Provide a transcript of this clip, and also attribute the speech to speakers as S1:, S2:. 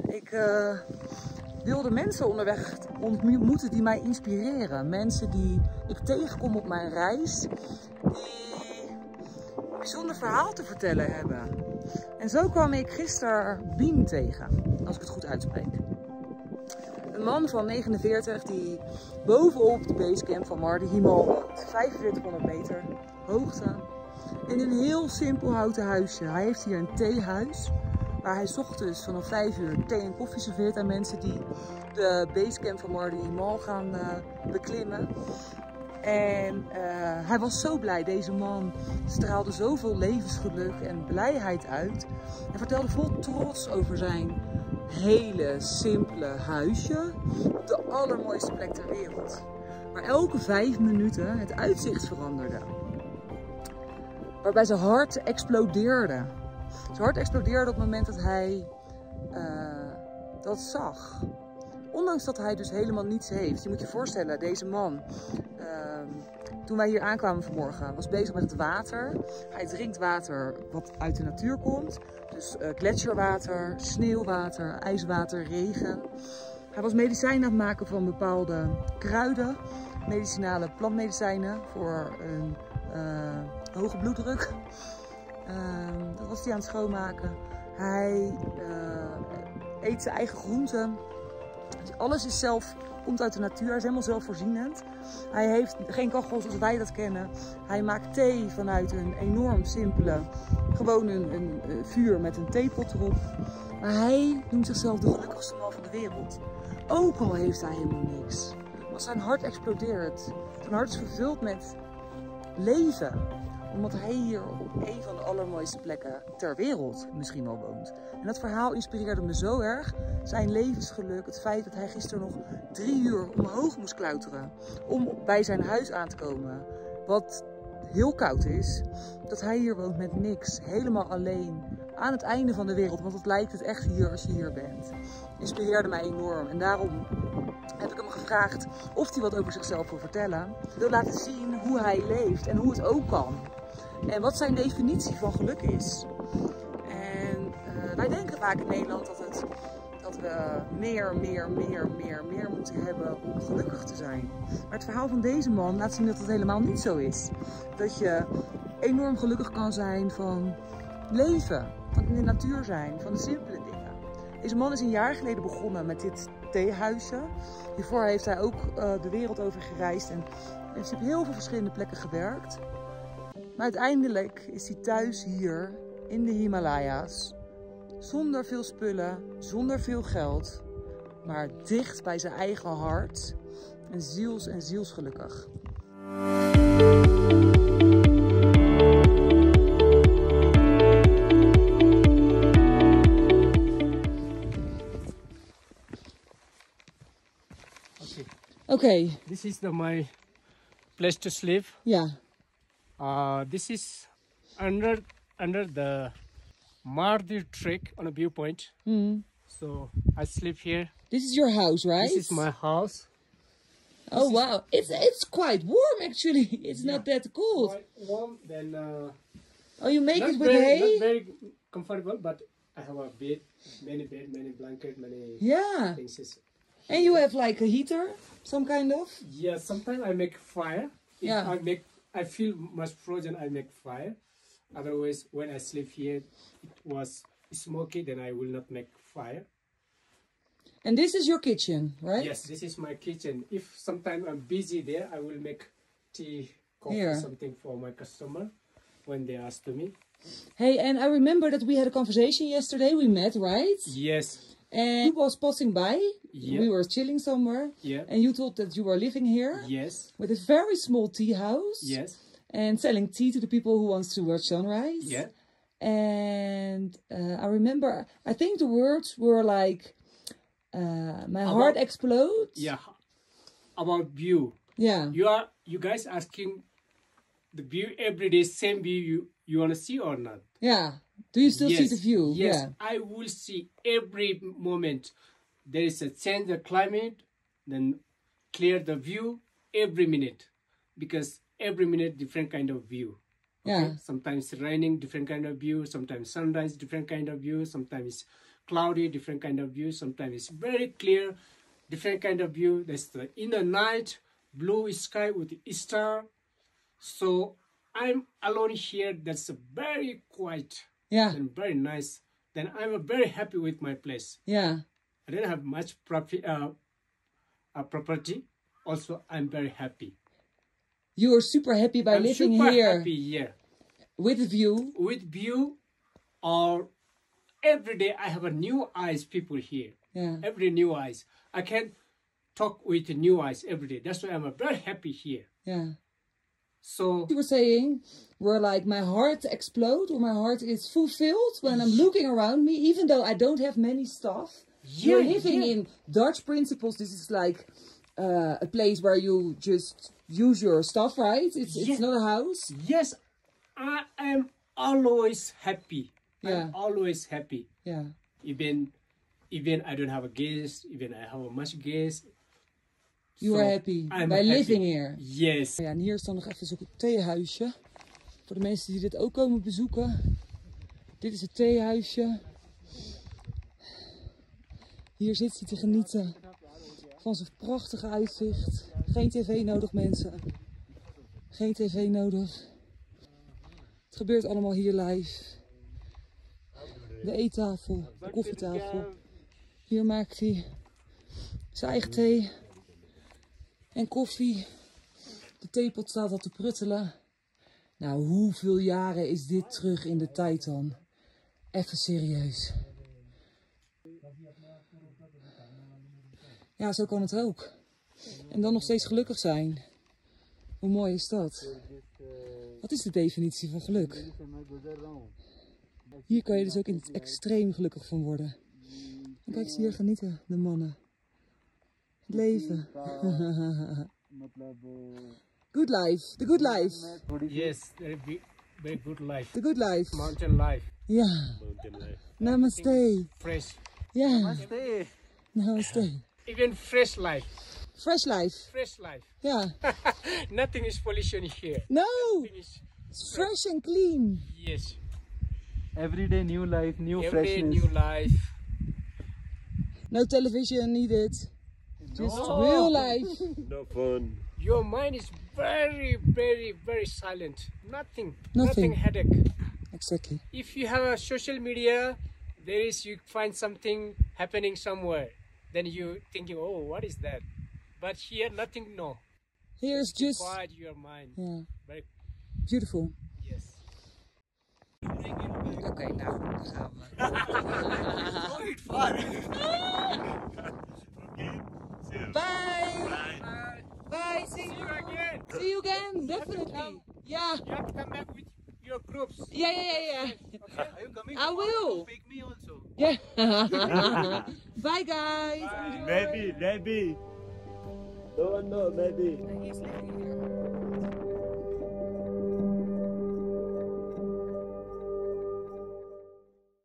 S1: Ik eh, wilde mensen onderweg ontmoeten die mij inspireren. Mensen die ik tegenkom op mijn reis, die een bijzonder verhaal te vertellen hebben. En zo kwam ik gisteren Bien tegen, als ik het goed uitspreek. Een man van 49 die bovenop de basecamp van Mar de Himal woont. 4500 meter hoogte. In een heel simpel houten huisje. Hij heeft hier een theehuis. Waar hij 's ochtends vanaf 5 uur thee en koffie serveert aan mensen die de basecamp van Mar de Himal gaan eh, beklimmen. En eh, hij was zo blij. Deze man straalde zoveel levensgeluk en blijheid uit. Hij vertelde vol trots over zijn hele simpele huisje op de allermooiste plek ter wereld. Maar elke vijf minuten het uitzicht veranderde. Waarbij zijn hart explodeerde. Zijn hart explodeerde op het moment dat hij eh, dat zag. Ondanks dat hij dus helemaal niets heeft. Je moet je voorstellen, deze man. ehm, toen wij hier aankwamen vanmorgen, was bezig met het water. Hij drinkt water wat uit de natuur komt. Dus eh, gletsjerwater, sneeuwwater, ijswater, regen. Hij was medicijn aan het maken van bepaalde kruiden. Medicinale plantmedicijnen voor een eh, hoge bloeddruk. Ehm, dat was hij aan het schoonmaken. Hij eh, eet zijn eigen groenten. Dus alles is zelf, komt uit de natuur. Hij is helemaal zelfvoorzienend. Hij heeft geen kachel zoals wij dat kennen. Hij maakt thee vanuit een enorm simpele, gewoon een, een eh, vuur met een theepot erop. Maar hij noemt zichzelf de gelukkigste man van de wereld. Ook al heeft hij helemaal niks. Want zijn hart explodeert. Zijn hart is vervuld met leven. Omdat hij hier op een van de allermooiste plekken ter wereld misschien wel woont. En dat verhaal inspireerde me zo erg. Zijn levensgeluk, het feit dat hij gisteren nog drie uur omhoog moest klauteren. Om bij zijn huis aan te komen. Wat heel koud is. Dat hij hier woont met niks. Helemaal alleen. Aan het einde van de wereld. Want het lijkt het echt hier als je hier bent. Inspireerde mij enorm. En daarom heb ik hem gevraagd of hij wat over zichzelf wil vertellen. Ik wil laten zien hoe hij leeft en hoe het ook kan. En wat zijn definitie van geluk is. En eh, wij denken vaak in Nederland dat, het, dat we meer, meer, meer, meer, meer moeten hebben om gelukkig te zijn. Maar het verhaal van deze man laat zien dat dat helemaal niet zo is. Dat je enorm gelukkig kan zijn van leven, van in de natuur zijn, van de simpele dingen. Deze man is een jaar geleden begonnen met dit theehuisje. Hiervoor heeft hij ook eh, de wereld over gereisd en heeft hij op heel veel verschillende plekken gewerkt. Maar uiteindelijk is hij thuis hier in de Himalaya's. Zonder veel spullen, zonder veel geld, maar dicht bij zijn eigen hart. En ziels en zielsgelukkig.
S2: Okay,
S1: Oké,
S2: this is the my place to sleep.
S1: ja.
S2: Uh, this is under under the Mardi Trek on a viewpoint.
S1: Hmm.
S2: So I sleep here.
S1: This is your house, right?
S2: This is my house.
S1: Oh wow, it's it's quite warm actually. It's not that cold.
S2: Quite warm. Then uh,
S1: Oh, you make
S2: not
S1: it with
S2: very
S1: hay?
S2: not very comfortable, but I have a bed, many bed, many blanket, many
S1: Hmm. Yeah,
S2: things. It's-
S1: and you have like a heater, some kind of.
S2: Yeah, sometimes I make fire. If
S1: Yeah.
S2: I make, I feel much frozen. I make fire. Otherwise, when I sleep here, it was smoky. Then I will not make fire.
S1: And this is your kitchen, right?
S2: Yes, this is my kitchen. If sometimes I'm busy there, I will make tea, coffee,
S1: Here.
S2: something for my customer when they ask to me.
S1: Hey, and I remember that we had a conversation yesterday. We met, right?
S2: Yes.
S1: And you was passing by.
S2: Yeah.
S1: We were chilling somewhere.
S2: Yeah.
S1: And you told that you were living here
S2: Yes.
S1: with a very small tea house.
S2: Yes.
S1: And selling tea to the people who wants to watch sunrise.
S2: Yeah.
S1: And uh, I remember, I think the words were like, uh, "My
S2: About-
S1: heart explodes."
S2: Yeah. About view,
S1: Yeah.
S2: you are you guys asking the view every day, same view you you wanna see or not?
S1: Yeah. Do you still see the view?
S2: Yes,
S1: Yeah.
S2: I will see every moment. There is a change of climate, then clear the view every minute, because every minute different kind of view.
S1: Yeah.
S2: Sometimes raining, different kind of view. Sometimes sunrise, different kind of view. Sometimes cloudy, different kind of view. Sometimes it's very clear, different kind of view. That's the inner night, blue sky with star. So I'm alone here. That's a very quiet
S1: Yeah,
S2: and very nice. Then I'm uh, very happy with my place.
S1: yeah,
S2: I don't have much property. Uh, uh, property. Also, I'm very happy.
S1: you are super happy by
S2: I'm
S1: living
S2: super
S1: here
S2: happy here.
S1: with view.
S2: with view or every day I have a new eyes people here.
S1: Yeah,
S2: Every new eyes. I can talk with new eyes every day. That's why I'm uh, very happy here.
S1: yeah.
S2: So
S1: You were saying where like my heart explodes or my heart is fulfilled when I'm looking around me, even though I don't have many stuff. You're
S2: Yeah,
S1: living
S2: yeah.
S1: in Dutch principles. This is like uh, a place where you just use your stuff, right? It's
S2: Yeah.
S1: it's not a house.
S2: yes, I am always happy.
S1: Yeah.
S2: I'm always happy.
S1: Yeah,
S2: Even even I don't have a guest, even I have a much guest.
S1: you
S2: So,
S1: are happy
S2: I'm
S1: by
S2: happy.
S1: living here.
S2: Yes.
S1: Ja, en hier is dan nog even zo'n theehuisje. Voor de mensen die dit ook komen bezoeken. Dit is het theehuisje. Hier zit ze te genieten van zijn prachtige uitzicht. Geen tv nodig mensen. Geen tv nodig. Het gebeurt allemaal hier live. De eettafel, de koffietafel. Hier maakt hij zijn eigen thee en koffie. De theepot staat al te pruttelen. Nou, hoeveel jaren is dit terug in de tijd dan? Even serieus. Ja, zo kan het ook. En dan nog steeds gelukkig zijn. Hoe mooi is dat? Wat is de definitie van geluk? Hier kan je dus ook in het extreem gelukkig van worden. En kijk ze hier genieten, de mannen. Het leven. Good life, the good life,
S2: Yes, very big, very good life.
S1: the good life.
S2: Mountain life.
S1: Ja. Namaste.
S2: Fresh.
S1: Ja. Namaste.
S2: Even fresh life.
S1: Fresh life.
S2: Fresh life.
S1: Ja.
S2: Nothing is pollution here.
S1: No.
S2: Nothing is-
S1: It's fresh and clean.
S2: Yes.
S3: Every day new life, new
S2: Every day
S3: freshness.
S2: new life.
S1: No television needed. Just
S2: No.
S1: real life.
S4: No fun.
S2: Your mind is very, very, very silent. Nothing.
S1: Nothing.
S2: headache.
S1: Exactly.
S2: If you have a social media, there is you find something happening somewhere. Then you thinking, oh, what is that? But here, nothing. No.
S1: Here's just.
S2: Quiet your mind.
S1: Yeah.
S2: Very
S1: Beautiful.
S2: yes.
S1: Oké, nou, dan gaan we. Ah. Bye. Bye. See
S2: Uh, See
S1: you,
S2: you again.
S1: see you again. Definitely. Ja.
S2: You have to come back with your groups.
S1: Ja, ja, ja, ja.
S3: Are you coming?
S1: I will.
S3: Pick me also.
S1: Ja. Bye guys. Enjoy.
S4: Maybe, maybe. No one know, maybe.
S1: Hij is lekker hier.